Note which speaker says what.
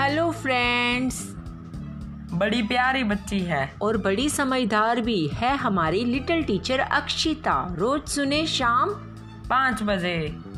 Speaker 1: hello friends
Speaker 2: बड़ी प्यारी बच्ची है
Speaker 1: और बड़ी समझदार भी है हमारी लिटिल टीचर अक्षिता रोज सुने शाम
Speaker 2: पाँच बजे